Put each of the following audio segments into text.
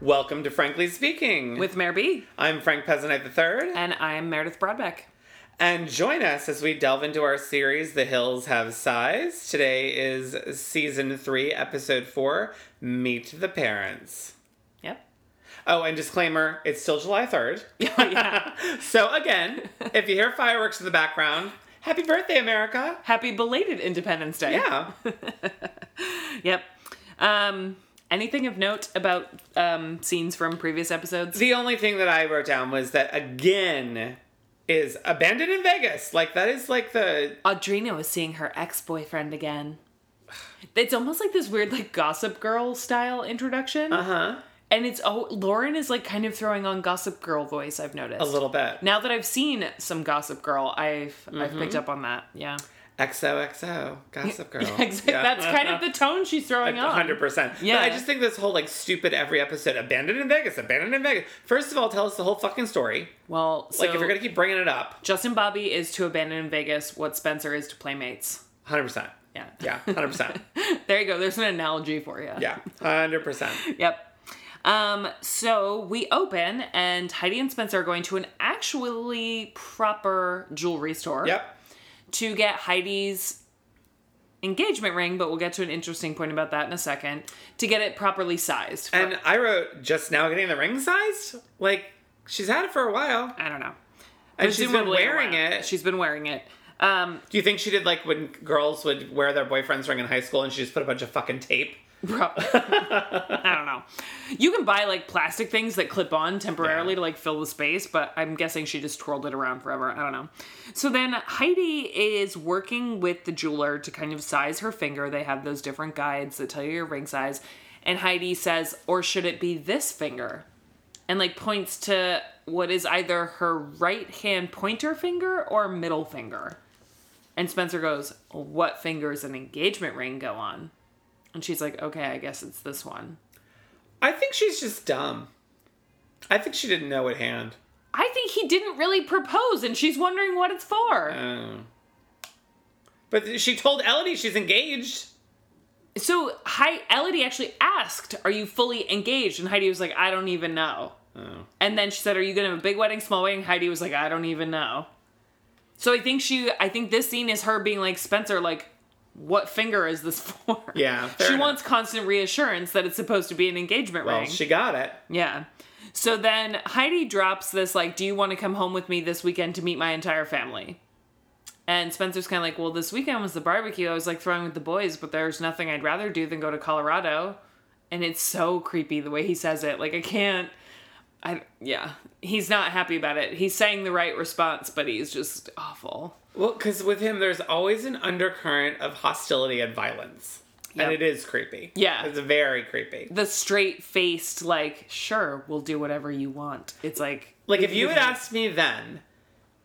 Welcome to Frankly Speaking. with Uh, Mayor B. I'm Frank Pezzanite III, And I'm Meredith Broadbeck. and join us as we delve into our series, The Hills Have Size. Today is Season 3, Episode 4 Meet the Parents. Yep. Oh, and disclaimer it's still July 3rd. yeah. So, again, if you hear fireworks in the background, happy birthday, America! Happy belated Independence Day. Yeah. Yep. Um, anything of note about um, scenes from previous episodes? The only thing that I wrote down was that again is abandoned in Vegas. Like that is like the Audrina was seeing her ex boyfriend again. It's almost like this weird, like, gossip girl style introduction. uh huh And it's, oh, Lauren is, like, kind of throwing on gossip girl voice, I've noticed. a little bit. Now that I've seen some Gossip Girl, I've I've Mm-hmm. picked up on that. Yeah, XOXO, Gossip Girl. Exactly. that's kind of the tone she's throwing on. Hundred percent. Yeah, Yeah. I just think this whole like stupid every episode abandoned in Vegas, abandoned in Vegas. First of all, tell us the whole fucking story. Well, so Like if you're gonna keep bringing it up, Justin Bobby is to Abandon in Vegas what Spencer is to Playmates. hundred percent. Yeah. Yeah, hundred percent. there you go. There's an analogy for you. Yeah, hundred percent. Yep. Um, so we open and Heidi and Spencer are going to an actually proper jewelry store Yep. to get Heidi's engagement ring, but we'll get to an interesting point about that in a second, to get it properly sized. for- And I wrote just now getting the ring sized. Like she's had it for a while. I don't know. And she's been Presumably a wearing while. it. She's been wearing it. Um, Do you think she did like when girls would wear their boyfriend's ring in high school and she just put a bunch of fucking tape? Bro, I don't know. You can buy like plastic things that clip on temporarily Yeah. to like fill the space, but I'm guessing she just twirled it around forever. I don't know. So then Heidi is working with the jeweler to kind of size her finger. They have those different guides that tell you your ring size. And Heidi says, or should it be this finger? And like points to what is either her right hand pointer finger or middle finger. And Spencer goes, What finger is an engagement ring go on? And she's like, okay, I guess it's this one. I think she's just dumb. I think she didn't know what hand. I think he didn't really propose and she's wondering what it's for. Oh. But she told Elodie she's engaged. So Hi- Elodie actually asked, are you fully engaged? And Heidi was like, I don't even know. Oh. And then she said, are you going to have a big wedding, small wedding? Heidi was like, I don't even know. So I think she, I think this scene is her being like, Spencer, like, what finger is this for? Yeah, fair She enough. wants constant reassurance that it's supposed to be an engagement Well, ring. she got it. Yeah. So then Heidi drops this like, "Do you want to come home with me this weekend to meet my entire family?" And Spencer's kind of like, "Well, this weekend was the barbecue. I was like throwing with the boys, but there's nothing I'd rather do than go to Colorado." And it's so creepy the way he says it. Like I can't I yeah, he's not happy about it. He's saying the right response, but he's just awful. Well, because with him, there's always an undercurrent of hostility and violence. Yep. And it is creepy. Yeah. It's very creepy. The straight-faced like, "Sure, we'll do whatever you want." It's like Like, if you had asked me then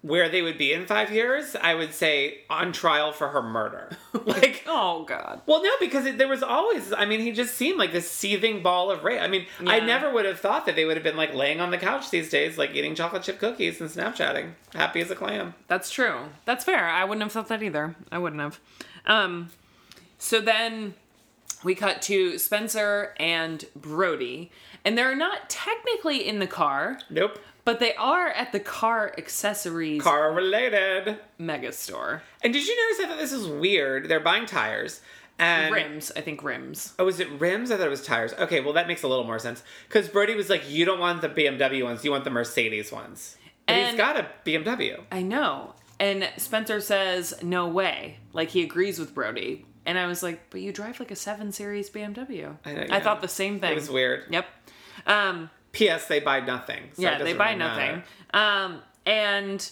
where they would be in five years, I would say on trial for her murder. Like, "Oh god." Well, no, because it, there was always, I mean, he just seemed like this seething ball of rage. I mean, I Yeah. never would have thought that they would have been like laying on the couch these days, like eating chocolate chip cookies and Snapchatting, happy as a clam. That's true. That's fair. I wouldn't have thought that either. I wouldn't have. Um, so then we cut to Spencer and Brody, and they're not technically in the car, Nope. but they are at the car accessories Car related. mega store. And did you notice? I thought this is weird. They're buying tires and. Rims, I think rims. Oh, is it rims? I thought it was tires. Okay, well, that makes a little more sense. Because Brody was like, you don't want the BMW ones, you want the Mercedes ones. And, And- he's got a BMW. I know. And Spencer says, "No way!" Like he agrees with Brody, and I was like, "But you drive like a seven series BMW." I know, I yeah. thought the same thing. It was weird. Yep. Um, P.S. They buy nothing. so it yeah, they doesn't buy really nothing. matter. Um, and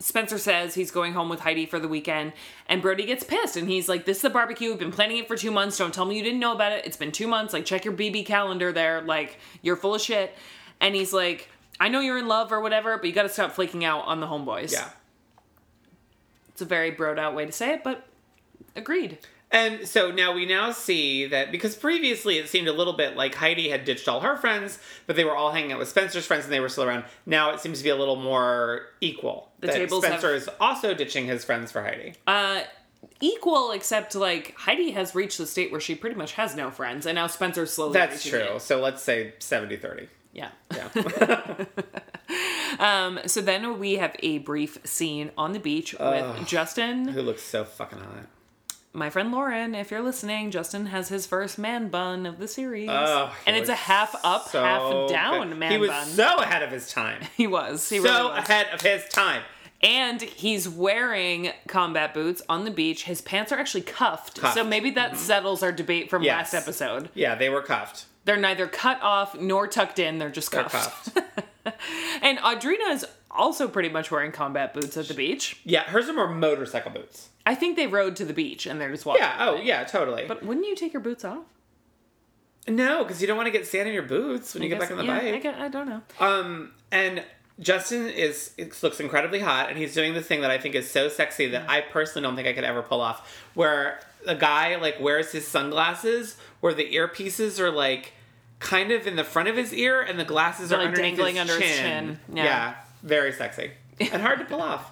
Spencer says he's going home with Heidi for the weekend, and Brody gets pissed and he's like, "This is the barbecue. We've been planning it for two months. Don't tell me you didn't know about it. It's been two months. Like, check your BB calendar there. Like, you're full of shit." And he's like, "I know you're in love or whatever, but you got to stop flaking out on the homeboys." Yeah. it's a very broed out way to say it, but agreed. And so now we now see that because previously it seemed a little bit like Heidi had ditched all her friends, but they were all hanging out with Spencer's friends and they were still around. Now it seems to be a little more equal. The tables have- Spencer is also ditching his friends for Heidi. Uh, equal, except like Heidi has reached the state where she pretty much has no friends, and now Spencer's slowly. That's reaching true. it. So let's say 70 30. Yeah. Yeah. Um, so then we have a brief scene on the beach with Justin, Who looks so fucking hot. my friend Lauren. If you're listening, Justin has his first man bun of the series, Oh, he and it's a looks half up, so half down good. man He was bun. so ahead of his time. he was. He really so was. ahead of his time. And he's wearing combat boots on the beach. His pants are actually cuffed, so Cuffed. Mm-hmm. maybe that settles our debate from Yes. last episode. Yeah, they were cuffed. They're neither cut off nor tucked in, they're just They're cuffed. cuffed. And Audrina is also pretty much wearing combat boots at the beach. yeah, hers are more motorcycle boots. I think they rode to the beach and they're just walking. Yeah, oh, yeah, totally. But wouldn't you take your boots off? no, because you don't want to get sand in your boots when you get back on the yeah, I, bike. get- I don't know. Um, and Justin is looks incredibly hot, and he's doing the thing that I think is so sexy that I personally don't think I could ever pull off, where the guy like wears his sunglasses, where the earpieces are like kind of in the front of his ear, and the glasses are like, underneath dangling his under his chin. chin. Yeah. very sexy and hard to pull off.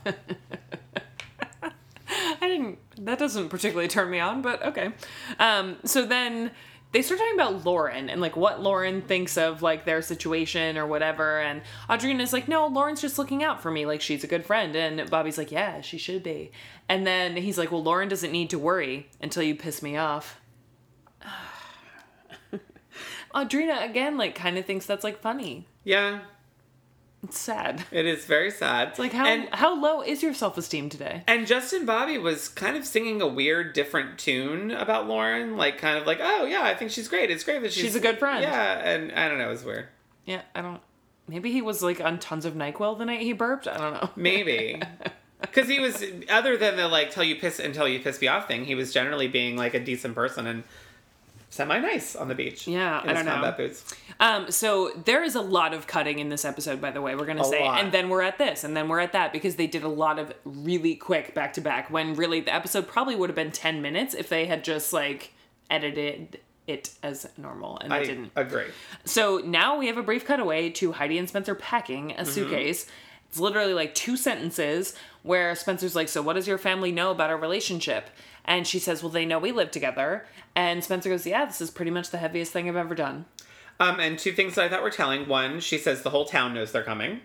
I didn't. That doesn't particularly turn me on, but okay. Um, so then they start talking about Lauren and like what Lauren thinks of like their situation or whatever. And Audrina's like, no, Lauren's just looking out for me. Like she's a good friend. And Bobby's like, yeah, she should be. And then he's like, well, Lauren doesn't need to worry until you piss me off. Audrina again, like, kind of thinks that's like funny. Yeah, It's sad. it is very sad. It's Like how and how low is your self esteem today? And Justin Bobby was kind of singing a weird, different tune about Lauren, like kind of like, "Oh yeah, I think she's great. It's great that she's She's a good friend. Yeah, and I don't know, it was weird. Yeah, I don't. Maybe he was like on tons of Nyquil the night he burped. I don't know. Maybe because he was other than the like "tell you piss until you piss me off" thing, he was generally being like a decent person and semi nice on the beach. Yeah, in I his don't know. combat boots. Um, so there is a lot of cutting in this episode, by the way. We're gonna A say, lot. and then we're at this, and then we're at that because they did a lot of really quick back to back. When really the episode probably would have been ten minutes if they had just like edited it as normal, and they I didn't. agree. So now we have a brief cutaway to Heidi and Spencer packing a suitcase. It's literally like two sentences where Spencer's like, So, what does your family know about our relationship? And she says, Well, they know we live together. And Spencer goes, Yeah, this is pretty much the heaviest thing I've ever done. Um, and two things that I thought were telling. One, she says the whole town knows they're coming.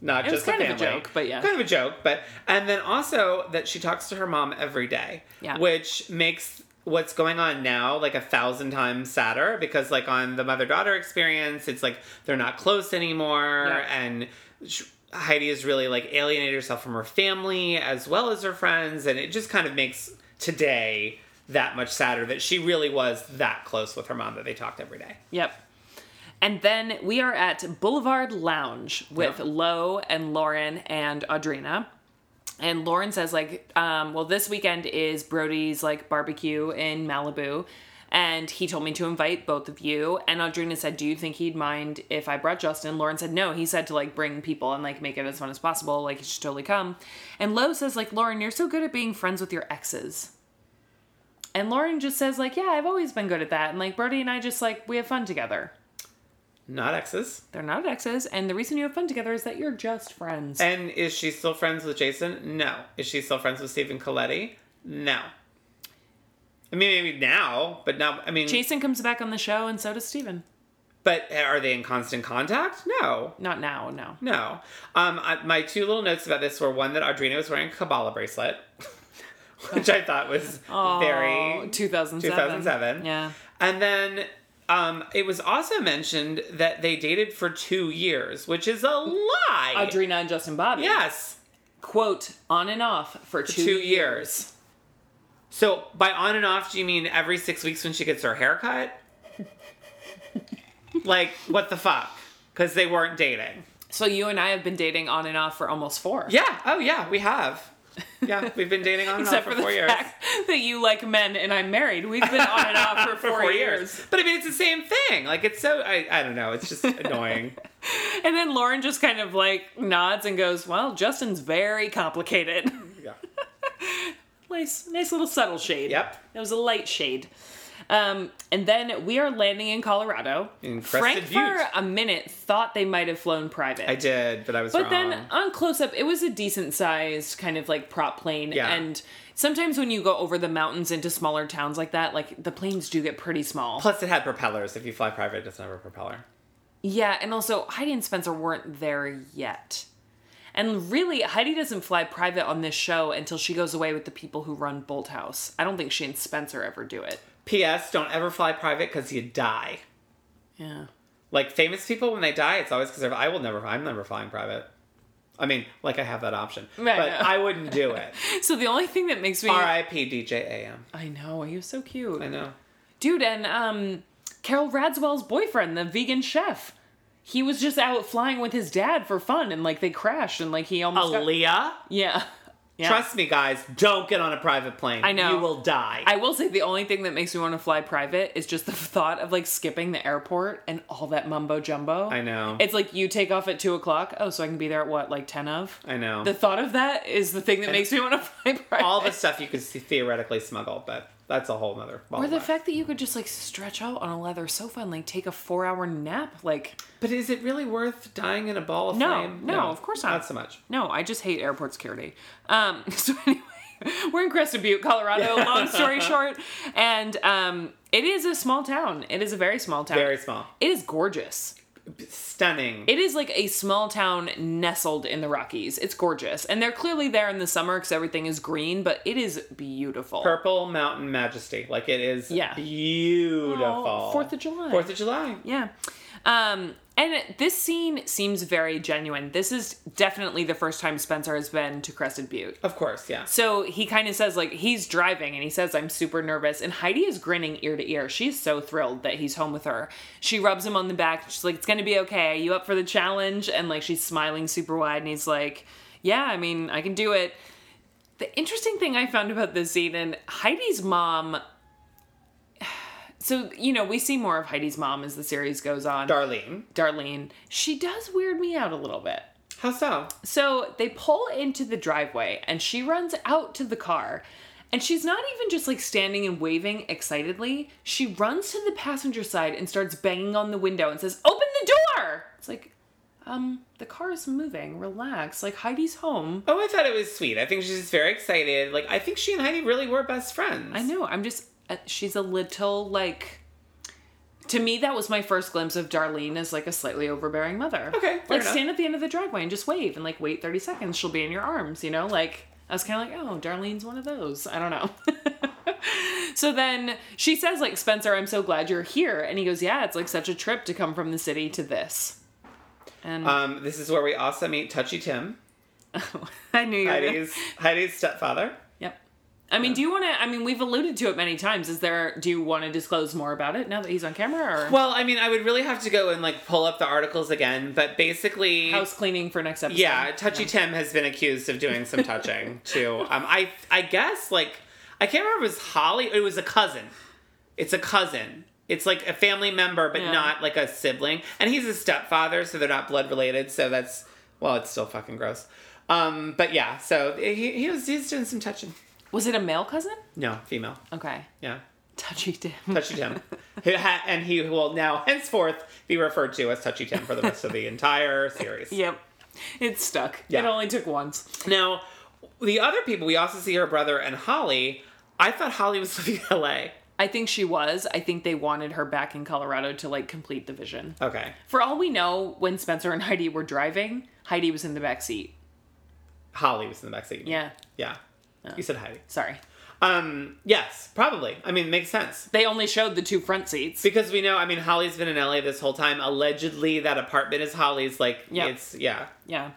Not It was just the kind of a family. joke, but yeah. Kind of a joke, but and then also that she talks to her mom every day. Yeah. Which makes what's going on now like a thousand times sadder because like on the mother daughter experience, it's like they're not close anymore Yeah. and sh Heidi has really like alienated herself from her family as well as her friends and it just kind of makes today that much sadder that she really was that close with her mom that they talked every day. Yep. And then we are at Boulevard Lounge with Yeah. Lo and Lauren and Audrina. And Lauren says, like, um, well, this weekend is Brody's like barbecue in Malibu. And he told me to invite both of you. And Audrina said, Do you think he'd mind if I brought Justin? Lauren said, No. He said to like bring people and like make it as fun as possible. Like, he should totally come. And Lo says, like, Lauren, you're so good at being friends with your exes. And Lauren just says, like, yeah, I've always been good at that. And like Brody and I just like we have fun together. Not exes. They're not exes, and the reason you have fun together is that you're just friends. And is she still friends with Jason? No. Is she still friends with Stephen Coletti? No. I mean, maybe now, but not. I mean, Jason comes back on the show, and so does Steven. but are they in constant contact? No. Not now, no. No. Um, I, my two little notes about this were one that Audrina was wearing a Kabbalah bracelet, which I thought was Oh, very 2007. 2007. Yeah. And then um, it was also mentioned that they dated for two years, which is a lie. Audrina and Justin Bobby. Yes. Quote, on and off for two, two years. So by on and off, do you mean every six weeks when she gets her hair cut? like what the fuck? Because they weren't dating. So you and I have been dating on and off for almost four. Yeah. Oh yeah, we have. Yeah, we've been dating on and off Except for, for, four the years. fact that you like men and I'm married. We've been on and off for, four, years. But I mean, it's the same thing. Like it's so I, I don't know. It's just annoying. And then Lauren just kind of like nods and goes, Well, Justin's very complicated. Yeah. nice, nice little subtle shade. Yep. It was a light shade. Um, and then we are landing in Colorado. In Frank Crested Butte. for a minute thought they might have flown private. I did, but I was But wrong. then on close up, it was a decent sized kind of like prop plane. Yeah. And sometimes when you go over the mountains into smaller towns like that, like the planes do get pretty small. Plus, it had propellers. If you fly private, it doesn't have a propeller. yeah, and also Heidi and Spencer weren't there yet. And really, Heidi doesn't fly private on this show until she goes away with the people who run Bolt House. I don't think she and Spencer ever do it. P.S. Don't ever fly private because you die. Yeah. Like famous people, when they die, it's always because I will never. I'm never flying private. I mean, like I have that option, Right, but no. I wouldn't do it. So the only thing that makes me. R.I.P. DJ A.M. I know, he was so cute. I know. Dude, and um, Carol Radswell's boyfriend, the vegan chef, he was just out flying with his dad for fun and like they crashed and like he almost. got- Aaliyah. yeah. Yeah. Trust me, guys. Don't get on a private plane. I know. you will die. I will say the only thing that makes me want to fly private is just the thought of like skipping the airport and all that mumbo jumbo. I know. It's like you take off at two o'clock. Oh, so I can be there at what, like 10 of? I know. The thought of that is the thing that makes me want to fly private. All the stuff you could see- theoretically smuggle, but that's a whole nother. ball Or of the wax. fact that you could just like stretch out on a leather sofa and like take a four hour nap. Like, But is it really worth dying in a ball of No, flame? no, of course not. Not so much. no, I just hate airport security. Um, so anyway, we're in Crested Butte, Colorado. Long story short, and um, it is a small town. It is a very small town. Very small. It is gorgeous. Stunning. It is like a small town nestled in the Rockies. It's gorgeous, and they're clearly there in the summer because everything is green. But it is beautiful. Purple Mountain Majesty. Like it is Yeah. beautiful. Oh, 4th of July. Fourth of July. Yeah. Um, and this scene seems very genuine. This is definitely the first time Spencer has been to Crested Butte. Of course, yeah. So he kind of says, like, he's driving and he says, I'm super nervous. And Heidi is grinning ear to ear. She's so thrilled that he's home with her. She rubs him on the back. She's like, It's going to be okay. you up for the challenge? And like, she's smiling super wide. And he's like, Yeah, I mean, I can do it. The interesting thing I found about this scene and Heidi's mom. So, you know, we see more of Heidi's mom as the series goes on. Darlene. Darlene, she does weird me out a little bit. How so? So they pull into the driveway and she runs out to the car. And she's not even just like standing and waving excitedly. She runs to the passenger side and starts banging on the window and says, Open the door! It's like, um, the car is moving. Relax. Like, Heidi's home. Oh, I thought it was sweet. I think she's just very excited. Like I think she and Heidi really were best friends. I know. I'm just, uh, she's a little like. To me, that was my first glimpse of Darlene as like a slightly overbearing mother. Okay, fair like enough. stand at the end of the driveway and just wave and like wait 30 seconds. She'll be in your arms, you know? Like, I was kind of like, oh, Darlene's one of those. I don't know. so then she says, like, Spencer, I'm so glad you're here. And he goes, yeah, it's like such a trip to come from the city to this. And Um, this is where we also meet Touchy Tim, I knew you were gonna- Heidi's Heidi's stepfather. Yep. I mean, do you want to? I mean, we've alluded to it many times. Is there? Do you want to disclose more about it now that he's on camera, or Well, I mean, I would really have to go and like pull up the articles again, but basically house cleaning for next episode? Yeah, Touchy Tim has been accused of doing some touching too. Um, I I guess like I can't remember. If it was Holly? It was a cousin. It's a cousin. It's like a family member, but Yeah. not like a sibling. And he's a stepfather, so they're not blood related. So that's well, it's still fucking gross. Um, but yeah, so he he was he's doing some touching. Was it a male cousin? No, female. Okay. Yeah, Touchy Tim. Touchy Tim. Who ha- and he will now henceforth be referred to as Touchy Tim for the rest of the entire series. Yep. It's stuck. It Yeah. only took once. Now, the other people, we also see her brother and Holly. I thought Holly was living in LA. I think she was. I think they wanted her back in Colorado to like complete the vision. Okay. For all we know, when Spencer and Heidi were driving, Heidi was in the back seat. Holly was in the backseat. Yeah. Yeah. You said Heidi. Sorry. Um, yes, probably. I mean, it makes sense. They only showed the two front seats. Because we know, I mean, Holly's been in LA this whole time. Allegedly, that apartment is Holly's. Like, Yeah. it's, yeah. Yeah.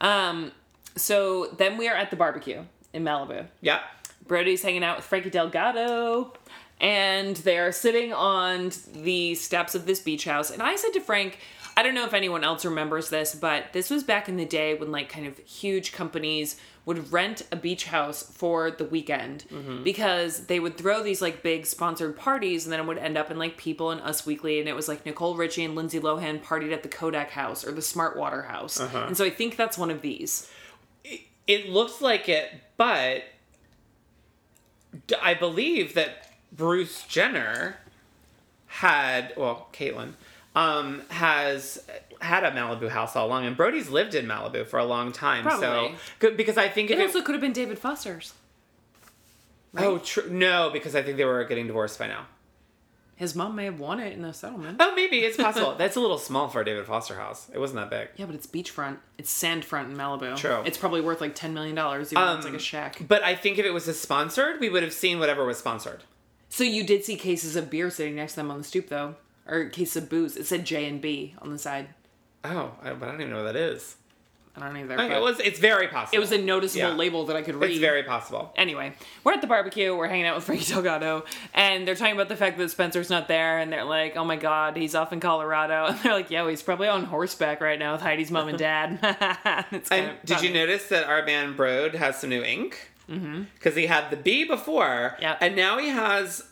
Um. So then we are at the barbecue in Malibu. Yeah. Brody's hanging out with Frankie Delgado, and they are sitting on the steps of this beach house. And I said to Frank, I don't know if anyone else remembers this, but this was back in the day when, like, kind of huge companies would rent a beach house for the weekend because they would throw these, like, big sponsored parties, and then it would end up in, like, People and Us Weekly. And it was, like, Nicole Richie and Lindsay Lohan partied at the Kodak house or the Smart Water house. And so I think that's one of these. It looks like it, but d- I believe that Bruce Jenner had well, Caitlyn um, has had a Malibu house all along, and Brody's lived in Malibu for a long time. So Probably. good because I think if It it- also could have been David Foster's, oh true no because I think they were getting divorced by now. his mom may have won it in the settlement. Oh, maybe it's possible. That's a little small for a David Foster house. It wasn't that big. Yeah, but it's beachfront. It's sandfront in Malibu. True. Um, It's probably worth like ten million dollars. Even though it's like a shack. But I think if it was a sponsored, we would have seen whatever was sponsored. So you did see cases of beer sitting next to them on the stoop, though, or cases of booze. It said J and B on the side. Oh, I, but I don't even know what that is. I don't either. I mean, but it was. It's very possible. It was a noticeable Yeah. label that I could read. It's very possible. anyway, we're at the barbecue. We're hanging out with Frankie Delgado, and they're talking about the fact that Spencer's not there, and they're like, "Oh my God, he's off in Colorado." And they're like, "Yeah, well, he's probably on horseback right now with Heidi's mom and dad." It's kind And of did you funny. notice that our man Brode has some new ink? Because mm-hmm. he had the B before, Yep. and now he has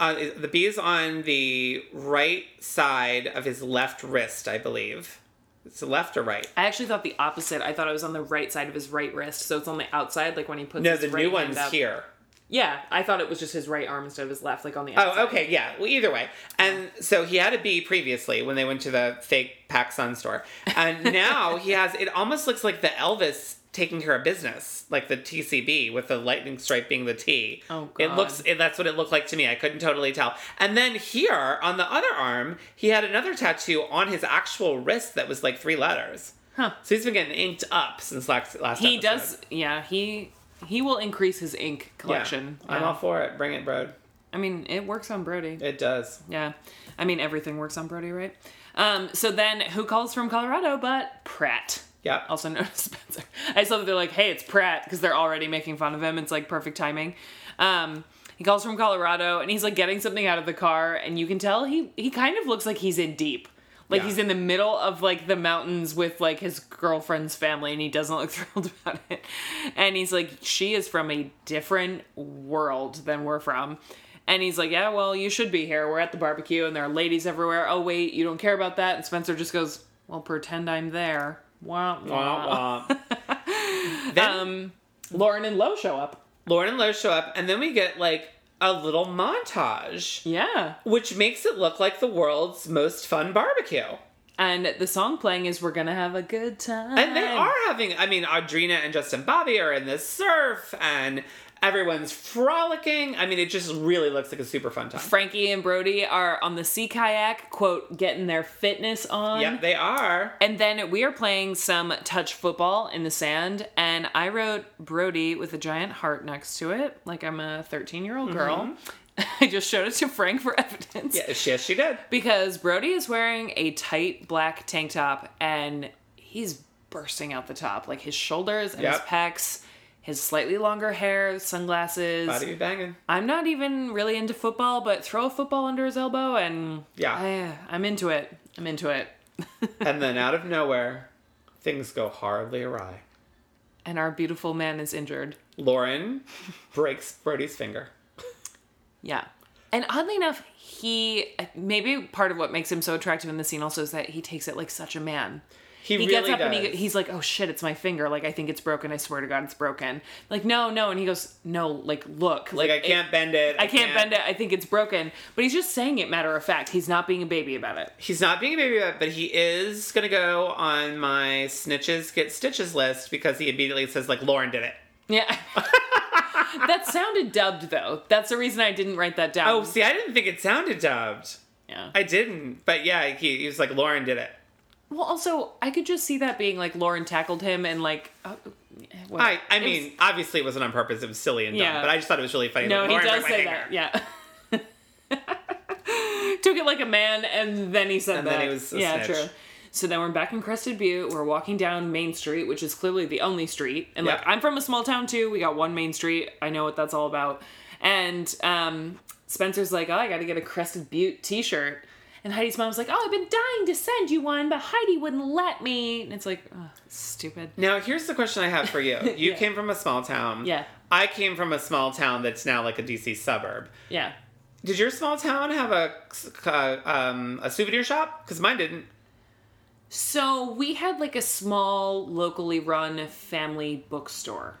uh, the B is on the right side of his left wrist, I believe. It's left or right. I actually thought the opposite. I thought it was on the right side of his right wrist, so it's on the outside, like when he puts. No, his the right new hand one's up. here. Yeah, I thought it was just his right arm instead of his left, like on the. outside. Oh, okay, yeah. Well, either way, and so he had a B previously when they went to the fake PacSun store, and now he has. It almost looks like the Elvis taking care of business, like the TCB with the lightning stripe being the T. Oh, It looks. It, that's what it looked like to me. I couldn't totally tell. And then here on the other arm, he had another tattoo on his actual wrist that was like three letters. Huh. So he's been getting inked up since last last. He episode. does. Yeah, he he will increase his ink Yeah. collection. I'm Yeah. all for it. Bring it, bro. I mean, it works on Brody. It does. Yeah. I mean, everything works on Brody, right? Um, so then who calls from Colorado but Pratt? Yeah. Also known as Spencer. I just love that they're like, hey, it's Pratt, because they're already making fun of him. It's like perfect timing. Um, he calls from Colorado and he's like getting something out of the car, and you can tell he he kind of looks like he's in deep. Like Yeah. he's in the middle of like the mountains with like his girlfriend's family and he doesn't look thrilled about it. And he's like, She is from a different world than we're from. And he's like, Yeah, well, you should be here. We're at the barbecue and there are ladies everywhere. Oh, wait, you don't care about that. And Spencer just goes, Well, pretend I'm there. Wah, wah. Wah, Um, wah. then Lauren and Lo show up. Lauren and Lowe show up, and then we get like a little montage, Yeah. which makes it look like the world's most fun barbecue. And the song playing is We're Gonna Have a Good Time. And they are having, I mean, Audrina and Justin Bobby are in the surf, and everyone's frolicking. I mean, it just really looks like a super fun time. Frankie and Brody are on the sea kayak, quote, getting their fitness on. Yep, they are. And then we are playing some touch football in the sand, and I wrote Brody with a giant heart next to it, like I'm a 13 year old girl. I just showed it to Frank for evidence. Yes, yes, she did. Because Brody is wearing a tight black tank top, and he's bursting out the top. Like his shoulders and his Yep. pecs, his slightly longer hair, sunglasses. Body be banging. I'm not even really into football, but throw a football under his elbow, and Yeah. I, I'm into it. I'm into it. and then out of nowhere, things go horribly awry. And our beautiful man is injured. Lauren breaks Brody's finger. Yeah. And oddly enough, he maybe part of what makes him so attractive in the scene also is that he takes it like such a man. He, He really gets up does. and he, he's like, "Oh shit, it's my finger! Like I think it's broken. I swear to God, it's broken." Like no, no, and he goes, "No, like look, like, I it- can't bend it. I can't bend it. I think it's broken." But he's just saying it matter of fact. He's not being a baby about it. He's not being a baby vet, but he is gonna go on my snitches get stitches list because he immediately says like Lauren did it. Yeah. that sounded dubbed though. That's the reason I didn't write that down. Oh, see, I didn't think it sounded dubbed. yeah. I didn't, but yeah, he, he was like Lauren did it. well, also I could just see that being like Lauren tackled him and like. Uh, well, I I it was- mean, obviously it wasn't on purpose. It was silly and dumb, Yeah. but I just thought it was really funny. No, like, he "Lauren does broke my say finger." that. Yeah. Took it like a man, and then he said And that. then he was a yeah, snitch. true. So then we're back in Crested Butte. We're walking down Main Street, which is clearly the only street. And like, Yeah. I'm from a small town too. We got one Main Street. I know what that's all about. And um, Spencer's like, "Oh, I got to get a Crested Butte T-shirt." And Heidi's mom's like, "Oh, I've been dying to send you one, but Heidi wouldn't let me." And it's like, oh, stupid. Now here's the question I have for you. You Yeah. came from a small town. Yeah. I came from a small town that's now like a DC suburb. Yeah. Did your small town have a uh, um, a souvenir shop? Because mine didn't. So we had like a small locally run family bookstore.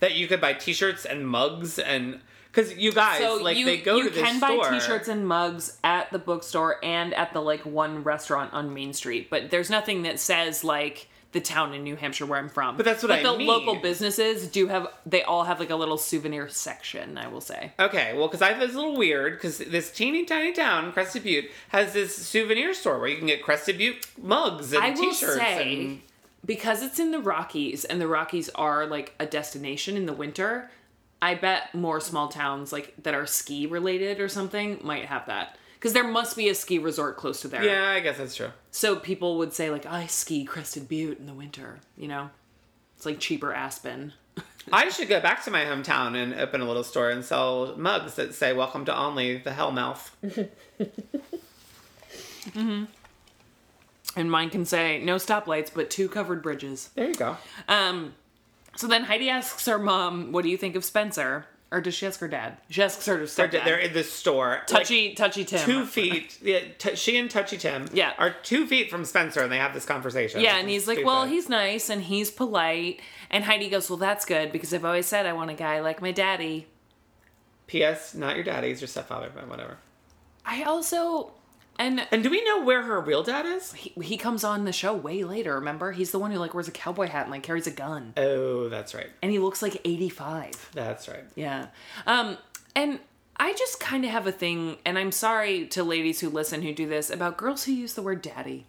that you could buy t-shirts and mugs and Because you guys, So like, you, they go to you this can store. buy t-shirts and mugs at the bookstore and at the like one restaurant on Main Street, but there's nothing that says like the town in New Hampshire where I'm from. But that's what I the mean. local businesses do have they all have like a little souvenir section, I will say. Okay, well, because I thought it was a little weird because this teeny tiny town, Crested Butte, has this souvenir store where you can get Crested Butte mugs and I will T-shirts. say and, because it's in the Rockies and the Rockies are like a destination in the winter, I bet more small towns like that are ski related or something might have that. Because there must be a ski resort close to there. yeah, I guess that's true. So people would say like I ski Crested Butte in the winter, you know. It's like cheaper Aspen. I should go back to my hometown and open a little store and sell mugs that say "Welcome to Only the Hellmouth." And mine can say no stoplights but two covered bridges. There you go. Um so then Heidi asks her mom, "What do you think of Spencer?" Or does she ask her dad? She asks her They're, stepdad. they're in this store. touchy touchy Tim. Like, two feet. Yeah, t- she and Touchy Tim. Yeah. are two feet from Spencer, and they have this conversation. Yeah, and he's like, well, Stupid. he's nice and he's polite. And Heidi goes, well, that's good because I've always said I want a guy like my daddy. P.S. Not your daddy. He's your stepfather, but whatever. I also, and And do we know where her real dad is? he, he comes on the show way later. Remember, he's the one who like wears a cowboy hat and like carries a gun, Oh, that's right. and he looks like eighty five. That's right. Yeah. Um, and I just kind of have a thing, and I'm sorry to ladies who listen who do this about girls who use the word daddy.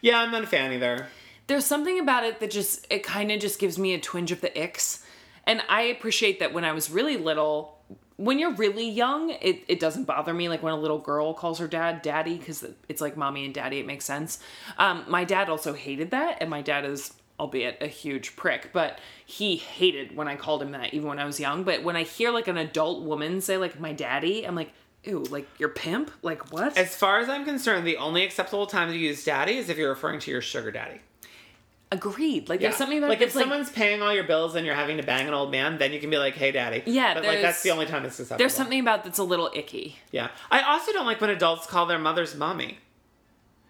Yeah, I'm not a fan either. there's something about it that just it kind of just gives me a twinge of the icks and i appreciate that when i was really little when you're really young it, it doesn't bother me like when a little girl calls her dad daddy because it's like mommy and daddy it makes sense um, my dad also hated that and my dad is albeit a huge prick but he hated when i called him that even when i was young but when i hear like an adult woman say like my daddy i'm like ew like your pimp like what As far as I'm concerned, the only acceptable time to use daddy is if you're referring to your sugar daddy. agreed like Yeah. there's something about like it if that's like someone's paying all your bills and you're having to bang an old man, then you can be like, "Hey, daddy." Yeah, but like that's there's- the only time it's acceptable. there's something about that's a little icky Yeah, I also don't like when adults call their mothers mommy.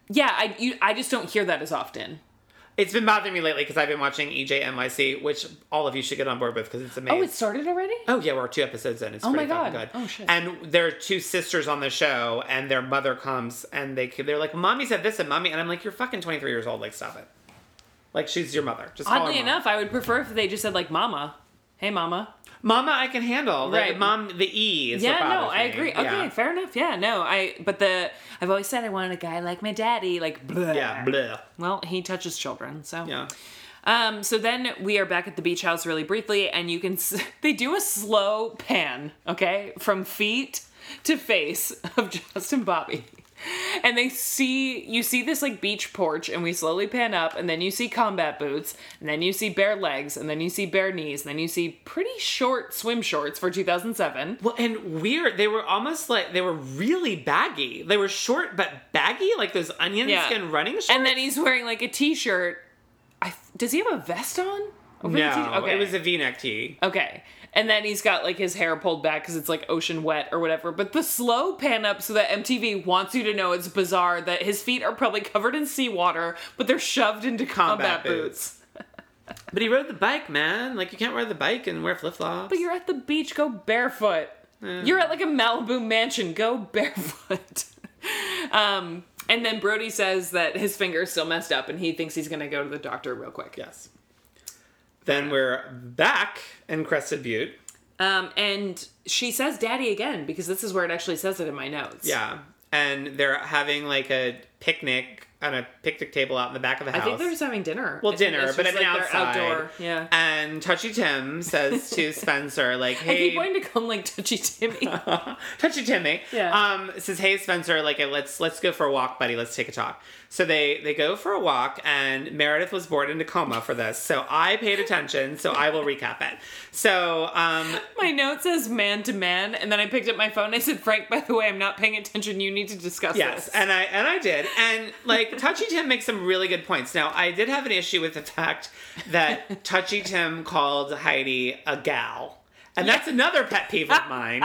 Yeah, I you, I just don't hear that as often. It's been bothering me lately because I've been watching E EJNYC, which all of you should get on board with because it's amazing. Oh, it started already. Oh yeah, we're two episodes in. It's oh my pretty fucking God. good. Oh, shit. And there are two sisters on the show, and their mother comes, and they they're like, "Mommy said this," and "Mommy," and I'm like, "You're fucking 23 years old. Like, stop it. Like, she's your mother. Just call her Oddly Mom. enough, I would prefer if they just said like "Mama," "Hey, Mama." Mama, I can handle. The- Right. mom, the E is yeah, what no, bothers I me. agree. Okay, Yeah. fair enough. Yeah, no, I. But the I've always said I wanted a guy like my daddy. Like, bleh. Yeah, bleh. Well, he touches children, so Yeah. Um, so then we are back at the beach house really briefly, and you can s- they do a slow pan, okay, from feet to face of Justin Bobby. And they see you see this like beach porch, and we slowly pan up, and then you see combat boots, and then you see bare legs, and then you see bare knees, and then you see pretty short swim shorts for 2007. Well, and weird. They were almost like they were really baggy. They were short but baggy, like those onion Yeah. skin running shorts. And then he's wearing like a t-shirt. I, does he have a vest on? Over the no, t-shirt? it was a V-neck tee. Okay. And then he's got like his hair pulled back because it's like ocean wet or whatever. But the slow pan up so that MTV wants you to know it's bizarre that his feet are probably covered in seawater, but they're shoved into combat, Combat boots. But he rode the bike, man. Like you can't ride the bike and wear flip flops. But you're at the beach, go barefoot. You're at like a Malibu mansion, go barefoot. um, and then Brody says that his finger's still messed up and he thinks he's gonna go to the doctor real quick. Yes. Then we're back in Crested Butte. Um, and she says daddy again because this is where it actually says it in my notes. Yeah. And they're having like a picnic on a picnic table out in the back of the house. I think they're just having dinner. well, I think dinner, it's but I just, mean like, they're outside. outdoor. Yeah. And Touchy Tim says to Spencer, like, I keep "Hey, wanting to come like touchy Timmy. Touchy Timmy." Yeah. Um, says, "Hey, Spencer, like, uh, let's let's go for a walk, buddy. Let's take a talk." So they they go for a walk, and Meredith was bored into coma for this, so I paid attention. So I will recap it. So um, my note says man to man, and then I picked up my phone. I said, Frank, by the way, I'm not paying attention. You need to discuss Yes, this. and I and I did, and like Touchy Tim makes some really good points. Now I did have an issue with the fact that Touchy Tim called Heidi a gal, and that's another pet peeve of mine.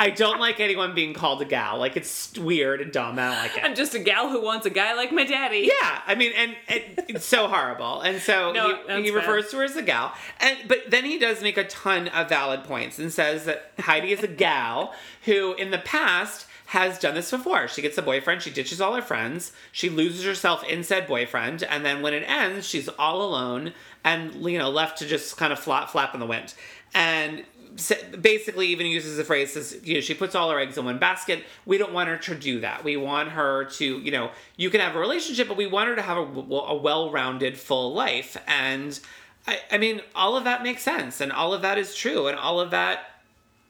I don't like anyone being called a gal. Like it's weird and dumb. I don't like it. I'm just a gal who wants a guy like my daddy. Yeah, I mean, and, and it's so horrible. And so No, he, that's he refers to her as a gal, and but then he does make a ton of valid points and says that Heidi is a gal who, in the past, has done this before. She gets a boyfriend, she ditches all her friends, she loses herself in said boyfriend, and then when it ends, she's all alone and you know left to just kind of flop flap in the wind. And sa- basically even uses the phrase says you know she puts all her eggs in one basket we don't want her to do that we want her to you know you can have a relationship but we want her to have a, w- a well-rounded full life and I, I mean all of that makes sense and all of that is true and all of that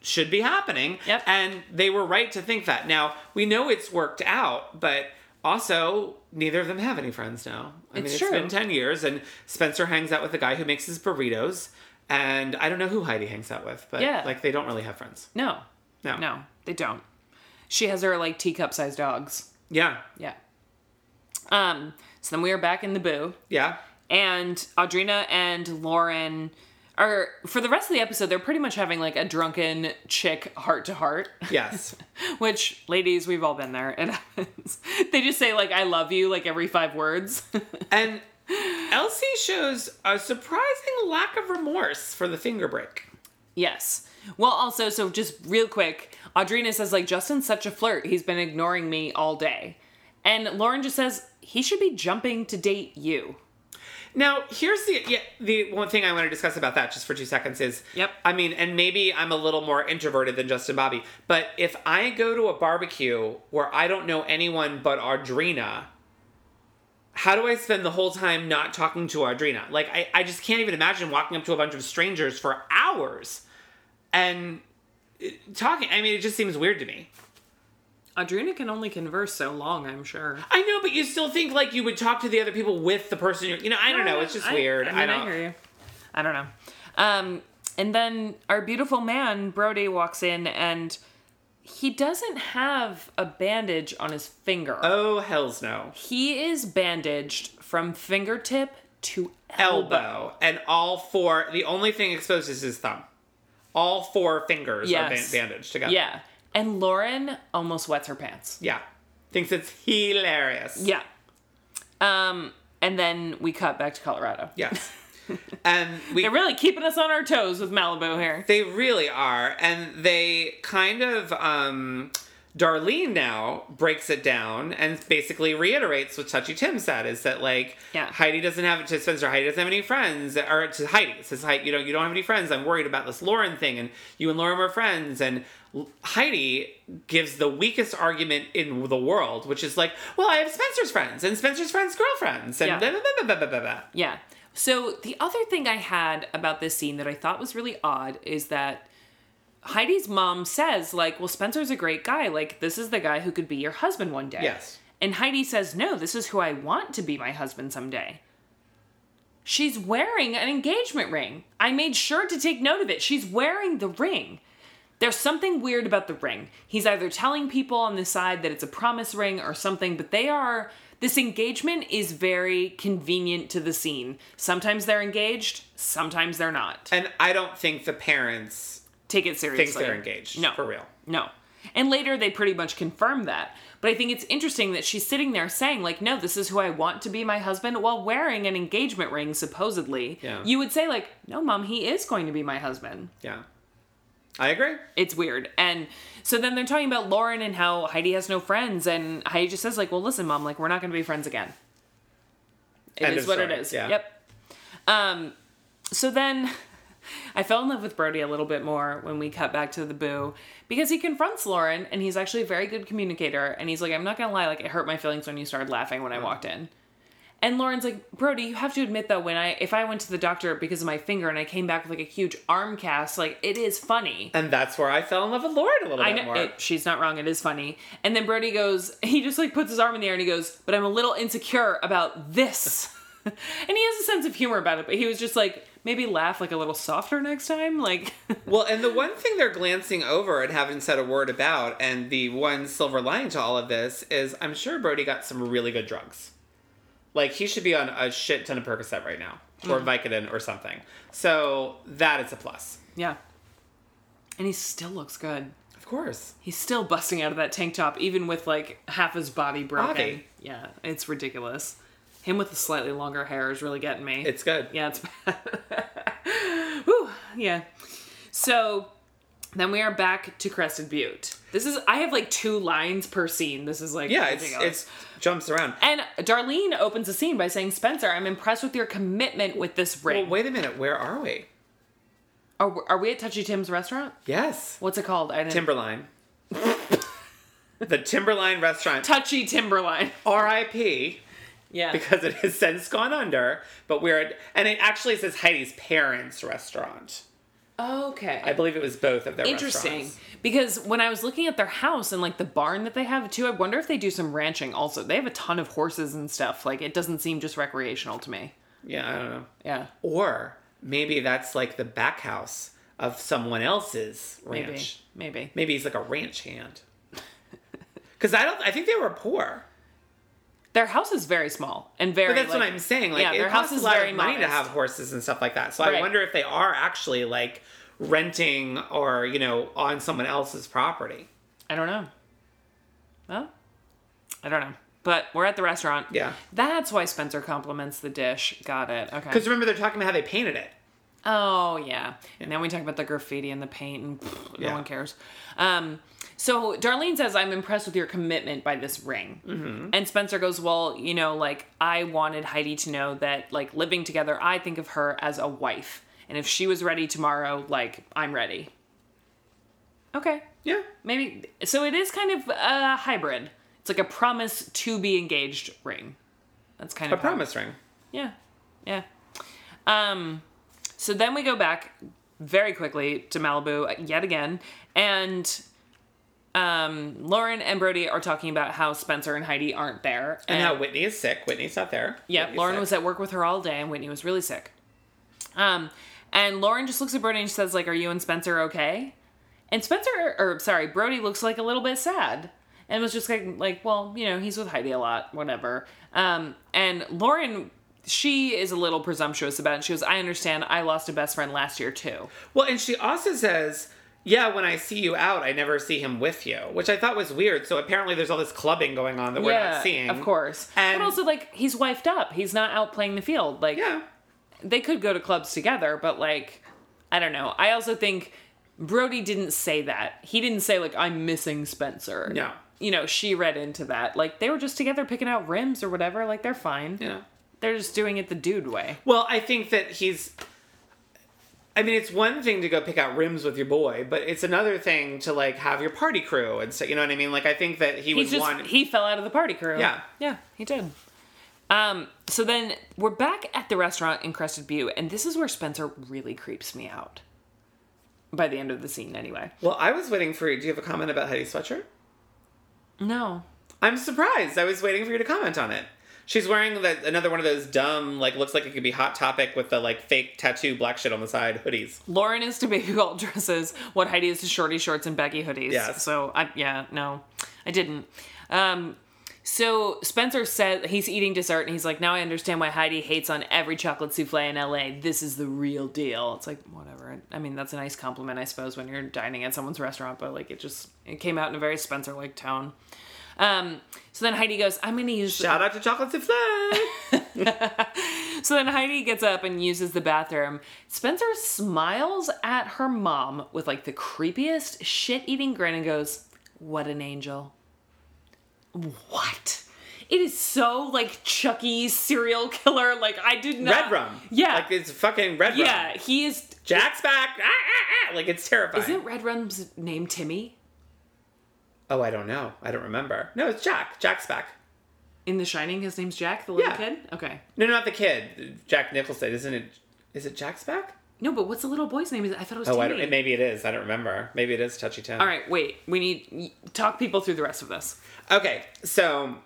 should be happening Yep. and they were right to think that now we know it's worked out but also neither of them have any friends now i mean It's it's true. been 10 years and spencer hangs out with the guy who makes his burritos and i don't know who heidi hangs out with but Yeah. like they don't really have friends No, no no, they don't. She has her like teacup sized dogs. yeah Yeah. Um. So then we are back in the boo. yeah and Audrina and Lauren are for the rest of the episode they're pretty much having like a drunken chick heart to heart yes which ladies we've all been there it happens they just say like i love you like every five words and elsie shows a surprising lack of remorse for the finger break yes well also so just real quick audrina says like justin's such a flirt he's been ignoring me all day and lauren just says he should be jumping to date you Now, here's the yeah, the one thing I want to discuss about that just for two seconds is Yep. I mean, and maybe I'm a little more introverted than Justin Bobby, but if I go to a barbecue where I don't know anyone but Audrina, how do I spend the whole time not talking to Audrina? Like I, I just can't even imagine walking up to a bunch of strangers for hours and uh, talking. I mean, it just seems weird to me. audrina can only converse so long i'm sure I know, but you still think like you would talk to the other people with the person you're, you know, I don't know. It's just weird. I, mean, don't. hear you. I don't know. Um, and then our beautiful man Brody walks in, and he doesn't have a bandage on his finger. Oh, hells no. He is bandaged from fingertip to elbow. elbow, and all four. The only thing exposed is his thumb. All four fingers are ban- Yes. bandaged together. Yeah, and Lauren almost wets her pants. yeah. Thinks it's hilarious. Yeah. Um, and then we cut back to Colorado. Yes. and we They're really keeping us on our toes with Malibu here. They really are. And they kind of um Darlene now breaks it down and basically reiterates what Touchy Tim said is that like Yeah. Heidi doesn't have to Spencer, Heidi doesn't have any friends. Or to Heidi it says Heidi, you know, you don't have any friends. I'm worried about this Lauren thing and you and Lauren were friends and L- Heidi gives the weakest argument in the world, which is like, well, I have Spencer's friends and Spencer's friends' girlfriends and Yeah. blah, blah, blah, blah, blah, blah, blah. Yeah. So the other thing I had about this scene that I thought was really odd is that Heidi's mom says, like, well, Spencer's a great guy. Like, this is the guy who could be your husband one day. Yes. And Heidi says, no, this is who I want to be my husband someday. She's wearing an engagement ring. I made sure to take note of it. She's wearing the ring. There's something weird about the ring. He's either telling people on the side that it's a promise ring or something, but they are. This engagement is very convenient to the scene. Sometimes they're engaged, sometimes they're not. And I don't think the parents Take it seriously. think they're engaged. No. For real. No. And later they pretty much confirm that. But I think it's interesting that she's sitting there saying, like, no, this is who I want to be my husband while wearing an engagement ring, supposedly. Yeah. You would say, like, no, mom, he is going to be my husband. Yeah. I agree. It's weird. And so then they're talking about Lauren and how Heidi has no friends. And Heidi just says, like, well, listen, mom, like, we're not going to be friends again. It is End of what it story. is. Yeah. Yep. Um, so then I fell in love with Brody a little bit more when we cut back to the boo because he confronts Lauren and he's actually a very good communicator. And he's like, I'm not going to lie, like, it hurt my feelings when you started laughing Mm. when I walked in. And Lauren's like, Brody, you have to admit though, when I if I went to the doctor because of my finger and I came back with like a huge arm cast, like it is funny. And that's where I fell in love with Lauren a little I bit know more. it, she's not wrong. It is funny. And then Brody goes, he just like puts his arm in the air and he goes, but I'm a little insecure about this. and he has a sense of humor about it, but he was just like, maybe laugh like a little softer next time. Like, well, and the one thing they're glancing over and haven't said a word about, and the one silver lining to all of this is I'm sure Brody got some really good drugs. Like, he should be on a shit ton of Percocet right now, Mm. or Vicodin or something. So, that is a plus. yeah. And he still looks good. Of course. He's still busting out of that tank top, even with like half his body broken. Bobby. Yeah, it's ridiculous. Him with the slightly longer hair is really getting me. It's good. yeah, it's bad. Whew, yeah. So then we are back to Crested Butte. This is I have like two lines per scene. This is like Yeah, it's ridiculous. it's jumps around. and Darlene opens the scene by saying, "Spencer, I'm impressed with your commitment with this Well, ring." wait a minute. Where are we? are, are we at Touchy Tim's restaurant? Yes. What's it called? I didn't. Timberline. the Timberline restaurant. Touchy Timberline. R.I.P. Yeah. Because it has since gone under, but we're at, and it actually says Heidi's parents' restaurant. okay. I believe it was both of their Interesting. restaurants. Because when I was looking at their house and like the barn that they have too, I wonder if they do some ranching also. They have a ton of horses and stuff. Like it doesn't seem just recreational to me. Yeah, I don't know. Yeah. Or maybe that's like the back house of someone else's ranch. Maybe. Maybe. Maybe he's like a ranch hand. Because I don't. I think they were poor. Their house is very small and very But that's what like- I'm saying. Like, yeah, it their house costs is a lot very of money to modest. have horses and stuff like that. So I Right. wonder if they are actually like renting or you know on someone else's property. I don't know. Well, I don't know. But we're at the restaurant. Yeah. That's why Spencer compliments the dish. Got it. Okay. Because remember they're talking about how they painted it. Oh yeah. And then we talk about the graffiti and the paint and pfft, no Yeah. one cares. Um so Darlene says, I'm impressed with your commitment by this ring. Mm-hmm. And Spencer goes, Well, you know, like I wanted Heidi to know that, like, living together, I think of her as a wife. And if she was ready tomorrow, like, I'm ready. Okay. Yeah. Maybe. So it is kind of a hybrid. It's like a promise to be engaged ring. That's kind A of how- promise ring. yeah. Yeah. Um so then we go back very quickly to Malibu yet again and um Lauren and Brody are talking about how Spencer and Heidi aren't there. And now Whitney is sick. Whitney's not there. yeah, Whitney's Lauren sick. was at work with her all day and Whitney was really sick. Um and Lauren just looks at Brody and she says like are you and Spencer okay? And Spencer or sorry, Brody looks like a little bit sad. And was just like, like, well, you know, he's with Heidi a lot, whatever. Um, and Lauren, she is a little presumptuous about it. She goes, I understand. I lost a best friend last year too. Well, and she also says, "Yeah, when I see you out, I never see him with you," which I thought was weird. So apparently, there's all this clubbing going on that we're not seeing. of course. And- but also, like, he's wifed up. He's not out playing the field. Like, Yeah. they could go to clubs together, but like, I don't know. I also think Brody didn't say that. He didn't say like I'm missing Spencer. No. You know, she read into that. Like they were just together picking out rims or whatever. Like they're fine. Yeah. They're just doing it the dude way. Well, I think that he's. I mean, it's one thing to go pick out rims with your boy, but it's another thing to like have your party crew and so you know what I mean. Like, I think that he He was just one. he fell out of the party crew. Yeah. Yeah, he did. Um, so then we're back at the restaurant in Crested Butte, and this is where Spencer really creeps me out. By the end of the scene, anyway. Well, I was waiting for you. Do you have a comment about Heidi sweatshirt? No. I'm surprised. I was waiting for you to comment on it. She's wearing the, another one of those dumb, like looks like it could be hot topic with the like fake tattoo black shit on the side hoodies. Lauren is to baby doll dresses, what Heidi is to shorty shorts and baggy hoodies. Yes. So I yeah, no. I didn't. Um so Spencer said he's eating dessert and he's like, now I understand why Heidi hates on every chocolate souffle in LA. This is the real deal. It's like whatever. I mean, that's a nice compliment, I suppose, when you're dining at someone's restaurant, but like it just it came out in a very Spencer like tone. Um, so then Heidi goes, I'm gonna use Shout out to Chocolate Souffle. So then Heidi gets up and uses the bathroom. Spencer smiles at her mom with like the creepiest shit eating grin and goes, What an angel. What? It is so like Chucky serial killer. Like I did not. Red rum. Yeah. Like it's fucking red rum. yeah. He is. Jack's back. Ah, ah, ah. Like it's terrifying. Isn't Red Rum's name Timmy Oh, I don't know. I don't remember. No, it's Jack. Jack's back. in The Shining? His name's Jack, the little Yeah. kid. Okay. No, not the kid. Jack Nicholson. Isn't it? Is it Jack's back? No, but what's the little boy's name? I thought it was Oh, Timmy. I don't, maybe it is. I don't remember. Maybe it is Touchy Tim. All right, wait. We need talk people through the rest of this. Okay, so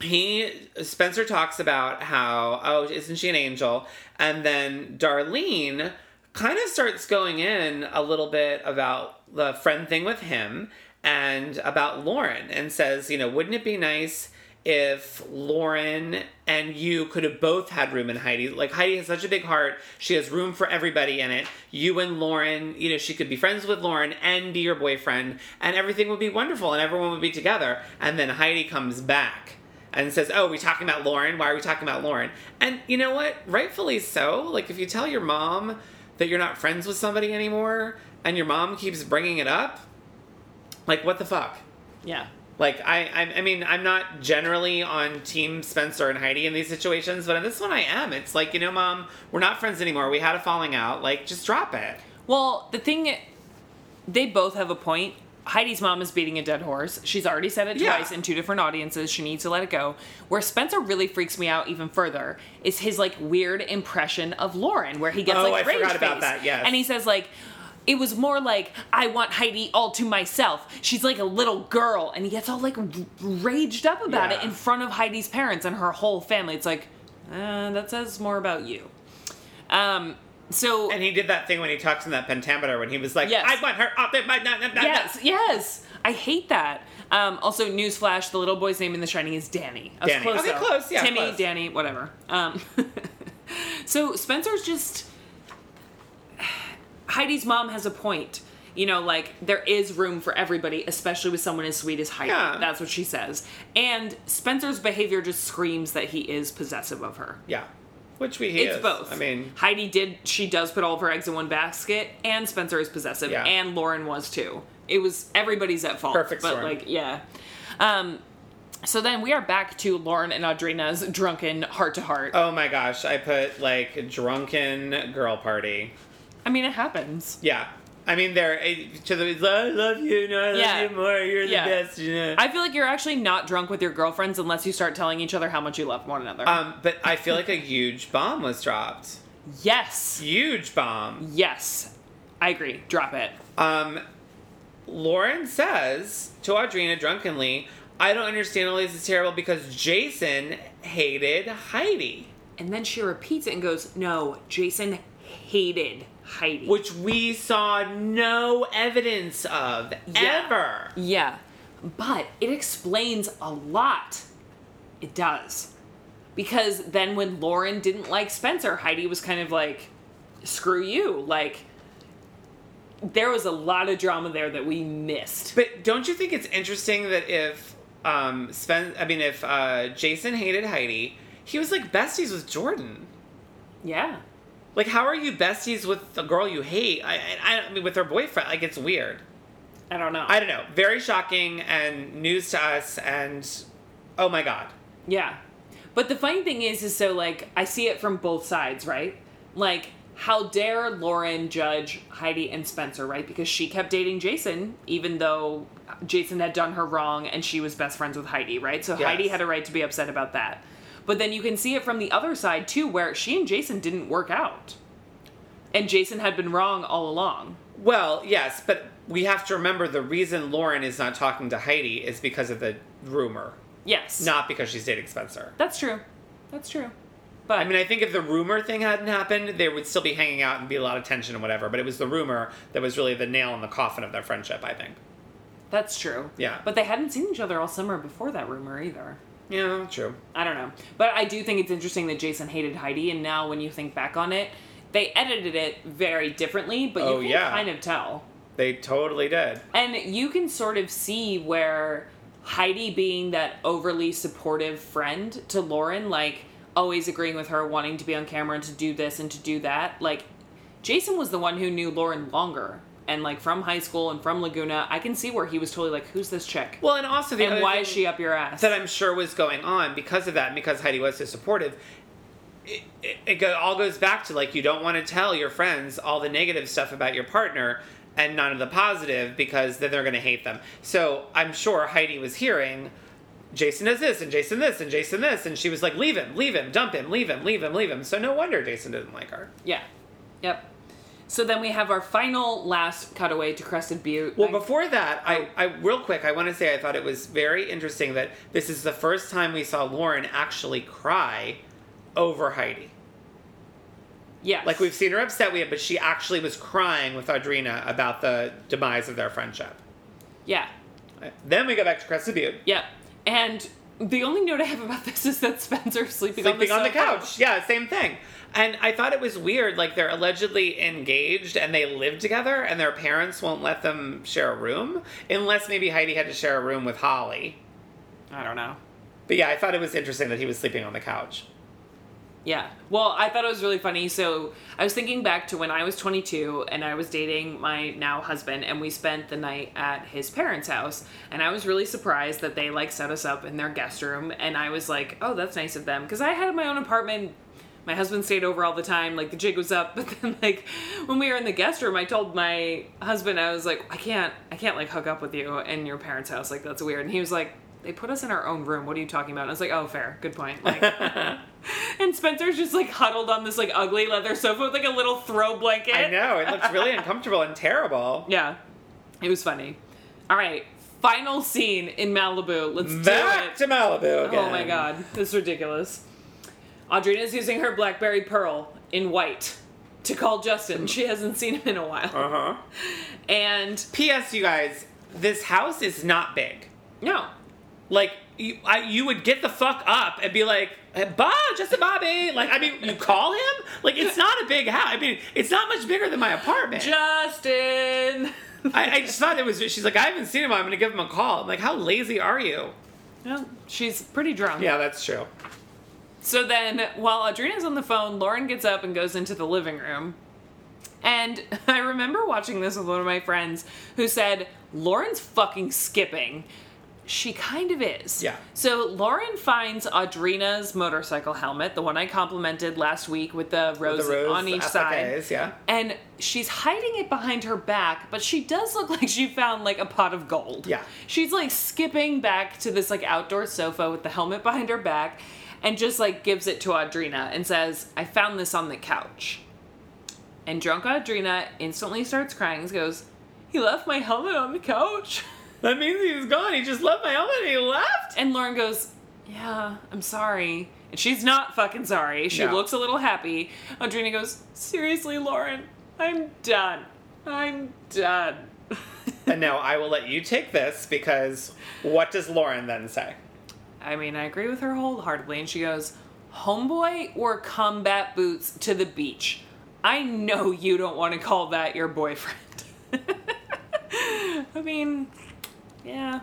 he Spencer talks about how oh isn't she an angel? And then Darlene kind of starts going in a little bit about the friend thing with him and about Lauren and says, you know, wouldn't it be nice if Lauren and you could have both had room in Heidi. Like Heidi has such a big heart; she has room for everybody in it. You and Lauren, you know, she could be friends with Lauren and be your boyfriend, and everything would be wonderful, and everyone would be together. And then Heidi comes back and says, "Oh, we talking about Lauren? Why are we talking about Lauren?" And you know what? Rightfully so. Like if you tell your mom that you're not friends with somebody anymore, and your mom keeps bringing it up, like what the fuck? Yeah. Like I, I, I mean, I'm not generally on Team Spencer and Heidi in these situations, but in this one, I am. It's like you know, Mom, we're not friends anymore. We had a falling out. Like, just drop it. Well, the thing, they both have a point. Heidi's mom is beating a dead horse. She's already said it Yeah. twice in two different audiences. She needs to let it go. Where Spencer really freaks me out even further is his like weird impression of Lauren, where he gets Oh, like I rage forgot about face. that, yes. and he says like. It was more like I want Heidi all to myself. She's like a little girl, and he gets all like r- raged up about it Yeah. in front of Heidi's parents and her whole family. It's like uh, that says more about you. Um, so And he did that thing when he talks in that pentameter when he was like, Yes. "I want her off my nah, nah, nah, yes, yes. I hate that. Um, also, newsflash: the little boy's name in The Shining is Danny. I was Danny. close. Okay, though. close, yeah, Timmy, close. Danny, whatever. Um, so Spencer's just Heidi's mom has a point. You know, like there is room for everybody, especially with someone as sweet as Heidi. Yeah. That's what she says. And Spencer's behavior just screams that he is possessive of her. Yeah, which we he It's is. both. I mean, Heidi did. She does put all of her eggs in one basket, and Spencer is possessive, Yeah. and Lauren was too. It was everybody's at fault. Perfect but storm. like yeah. Um, so then we are back to Lauren and Audrina's drunken heart to heart. oh my gosh, I put like drunken girl party. I mean, it happens. Yeah, I mean, they're it- to the I love you, no, I love Yeah. you more. You're Yeah. the best. You know. I feel like you're actually not drunk with your girlfriends unless you start telling each other how much you love one another. um, but I feel like a huge bomb was dropped. yes, Huge bomb. yes, I agree. Drop it. Um, Lauren says to Audrina drunkenly, I don't understand all this is terrible because Jason hated Heidi. And then she repeats it and goes, "No, Jason hated Heidi." Which we saw no evidence of Yeah. ever. Yeah, but it explains a lot. It does. Because then when Lauren didn't like Spencer, Heidi was kind of like, screw you. Like, there was a lot of drama there that we missed. But don't you think it's interesting that if um Spen I mean if uh Jason hated Heidi, he was like besties with Jordan. Yeah. Like how are you besties with the girl you hate? I I, I mean with her boyfriend. Like it's weird. I don't know. I don't know. Very shocking and news to us and oh my god. Yeah. But the funny thing is, is so like I see it from both sides, right? Like, how dare Lauren judge Heidi and Spencer, right? Because she kept dating Jason, even though Jason had done her wrong and she was best friends with Heidi, right? So Yes. Heidi had a right to be upset about that. But then you can see it from the other side too, where she and Jason didn't work out. And Jason had been wrong all along. Well, yes, but we have to remember the reason Lauren is not talking to Heidi is because of the rumor, Yes. not because she's dating Spencer. That's true. That's true. But I mean, I think if the rumor thing hadn't happened, they would still be hanging out and be a lot of tension and whatever, but it was the rumor that was really the nail in the coffin of their friendship, I think. that's true. Yeah. But they hadn't seen each other all summer before that rumor either. Yeah, true. I don't know. But I do think it's interesting that Jason hated Heidi, and now when you think back on it, they edited it very differently, but Oh, you can yeah. kind of tell. They totally did. And you can sort of see where Heidi being that overly supportive friend to Lauren, like always agreeing with her, wanting to be on camera and to do this and to do that, like Jason was the one who knew Lauren longer. And like from high school and from Laguna, I can see where he was totally like, "Who's this chick? Well, and also the and other why thing is she up your ass?" that I'm sure was going on because of that, and because Heidi was so supportive. It, it, it go, all goes back to like you don't want to tell your friends all the negative stuff about your partner and none of the positive because then they're going to hate them. So I'm sure Heidi was hearing Jason does this and Jason this and Jason this, and she was like, leave him, leave him, dump him, leave him, leave him, leave him. So no wonder Jason didn't like her. Yeah. Yep. So then we have our final last cutaway to Crested Butte. Well, before that, I, I real quick, I want to say I thought it was very interesting that this is the first time we saw Lauren actually cry over Heidi. yeah, Like we've seen her upset with it, but she actually was crying with Audrina about the demise of their friendship. yeah, Then we go back to Crested Butte. yeah, and The only note I have about this is that Spencer is sleeping, Sleeping on, on the, the sofa. couch. Yeah, same thing. And I thought it was weird. Like they're allegedly engaged and they live together, and their parents won't let them share a room unless maybe Heidi had to share a room with Holly. I don't know. But yeah, I thought it was interesting that he was sleeping on the couch. Yeah. Well, I thought it was really funny. So I was thinking back to when I was 22 and I was dating my now husband, and we spent the night at his parents' house. And I was really surprised that they like set us up in their guest room. And I was like, oh, that's nice of them. Because I had my own apartment. My husband stayed over all the time. Like the jig was up. But then, like, when we were in the guest room, I told my husband, I was like, I can't, I can't like hook up with you in your parents' house. Like, that's weird. And he was like, they put us in our own room. What are you talking about? And I was like, oh, fair. Good point. Like, and Spencer's just like huddled on this like ugly leather sofa with like a little throw blanket. I know it looks really uncomfortable and terrible. Yeah. It was funny. All right. Final scene in Malibu. Let's Back do to it. Malibu again. Oh my god. This is ridiculous. Audrina's using her Blackberry Pearl in white to call Justin. She hasn't seen him in a while. Uh huh. And P.S. You guys, this house is not big. no. Like you, I, you would get the fuck up and be like, "Bob, Justin Bobby." Like I mean, you call him. Like it's not a big house. I mean, it's not much bigger than my apartment. Justin. I, I just thought it was. She's like, I haven't seen him. I'm gonna give him a call. I'm like, how lazy are you? Well, she's pretty drunk. Yeah, that's true. So then, while Audrina's on the phone, Lauren gets up and goes into the living room. And I remember watching this with one of my friends who said, Lauren's fucking skipping. She kind of is. Yeah. So Lauren finds Audrina's motorcycle helmet, the one I complimented last week with the rose, the rose on each side. appliques, yeah. And she's hiding it behind her back, but she does look like she found like a pot of gold. Yeah. She's like skipping back to this like outdoor sofa with the helmet behind her back and just like gives it to Audrina and says, I found this on the couch. And drunk Audrina instantly starts crying and goes, He left my helmet on the couch. That means he's gone. He just left my helmet. and He left. And Lauren goes, Yeah, I'm sorry. And she's not fucking sorry. She No. looks a little happy. Audrina goes, Seriously, Lauren, I'm done. I'm done. And now I will let you take this because what does Lauren then say? I mean, I agree with her wholeheartedly. And she goes, Homeboy or combat boots to the beach. I know you don't want to call that your boyfriend. I mean, yeah.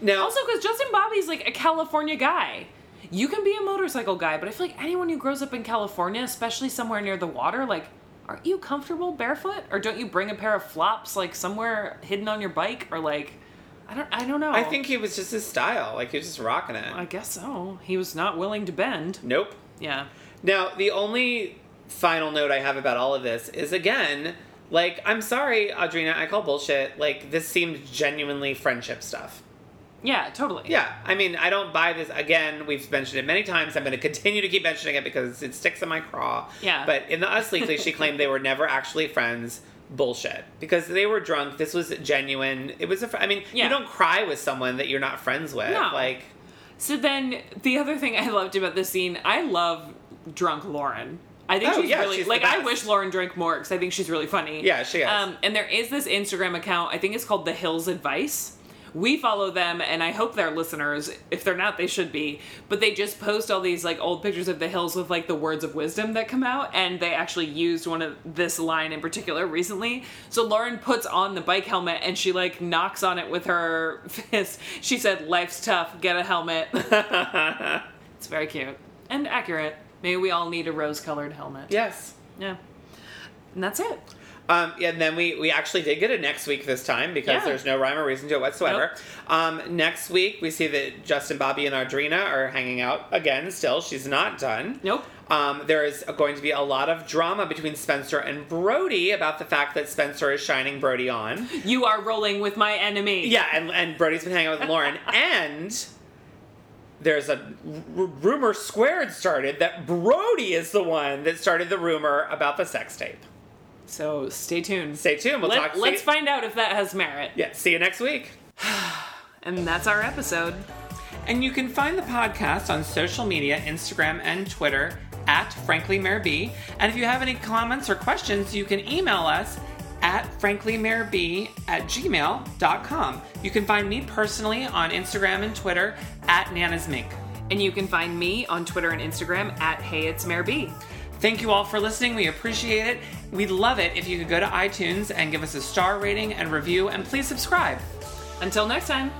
Now, Also, because Justin Bobby's like a California guy. You can be a motorcycle guy, but I feel like anyone who grows up in California, especially somewhere near the water, like, aren't you comfortable barefoot? Or don't you bring a pair of flops like somewhere hidden on your bike? Or like, I don't, I don't know. I think he was just his style. Like he was just rocking it. I guess so. He was not willing to bend. nope. Yeah. Now, the only final note I have about all of this is again, like, I'm sorry, Audrina, I call bullshit. Like, this seemed genuinely friendship stuff. Yeah, totally. Yeah, I mean, I don't buy this. Again, we've mentioned it many times. I'm going to continue to keep mentioning it because it sticks in my craw. Yeah. But in the Us Weekly, she claimed they were never actually friends. Bullshit. Because they were drunk. This was genuine. It was a. Fr- I mean, Yeah. you don't cry with someone that you're not friends with. No. Like, So then the other thing I loved about this scene, I love drunk Lauren. I think Oh, she's yeah, really she's the like I best. wish Lauren drank more because I think she's really funny. Yeah, she is. Um, and there is this Instagram account. I think it's called The Hills Advice. We follow them, and I hope they're listeners. If they're not, they should be. But they just post all these like old pictures of the hills with like the words of wisdom that come out, and they actually used one of this line in particular recently. So Lauren puts on the bike helmet, and she like knocks on it with her fist. She said, "Life's tough. Get a helmet." It's very cute and accurate. Maybe we all need a rose colored helmet. yes. Yeah. And that's it. Um, and then we, we actually did get it next week this time because Yeah. there's no rhyme or reason to it whatsoever. Um, next week, we see that Justin, Bobby, and Audrina are hanging out again still. She's not done. Nope. Um, there is going to be a lot of drama between Spencer and Brody about the fact that Spencer is shining Brody on. You are rolling with my enemy. Yeah, and, and Brody's been hanging out with Lauren. and there's a r- rumor squared started that Brody is the one that started the rumor about the sex tape. So stay tuned. Stay tuned. We'll talk Let, to let's you. find out if that has merit. yeah, see you next week. And that's our episode. And you can find the podcast on social media, Instagram and Twitter at Frankly Mayor B. And if you have any comments or questions, you can email us at franklymayorb at gmail.com. You can find me personally on Instagram and Twitter at Nana's Mink. And you can find me on Twitter and Instagram at Hey It's Mayor B. Thank you all for listening. We appreciate it. We'd love it if you could go to iTunes and give us a star rating and review, and please subscribe. Until next time.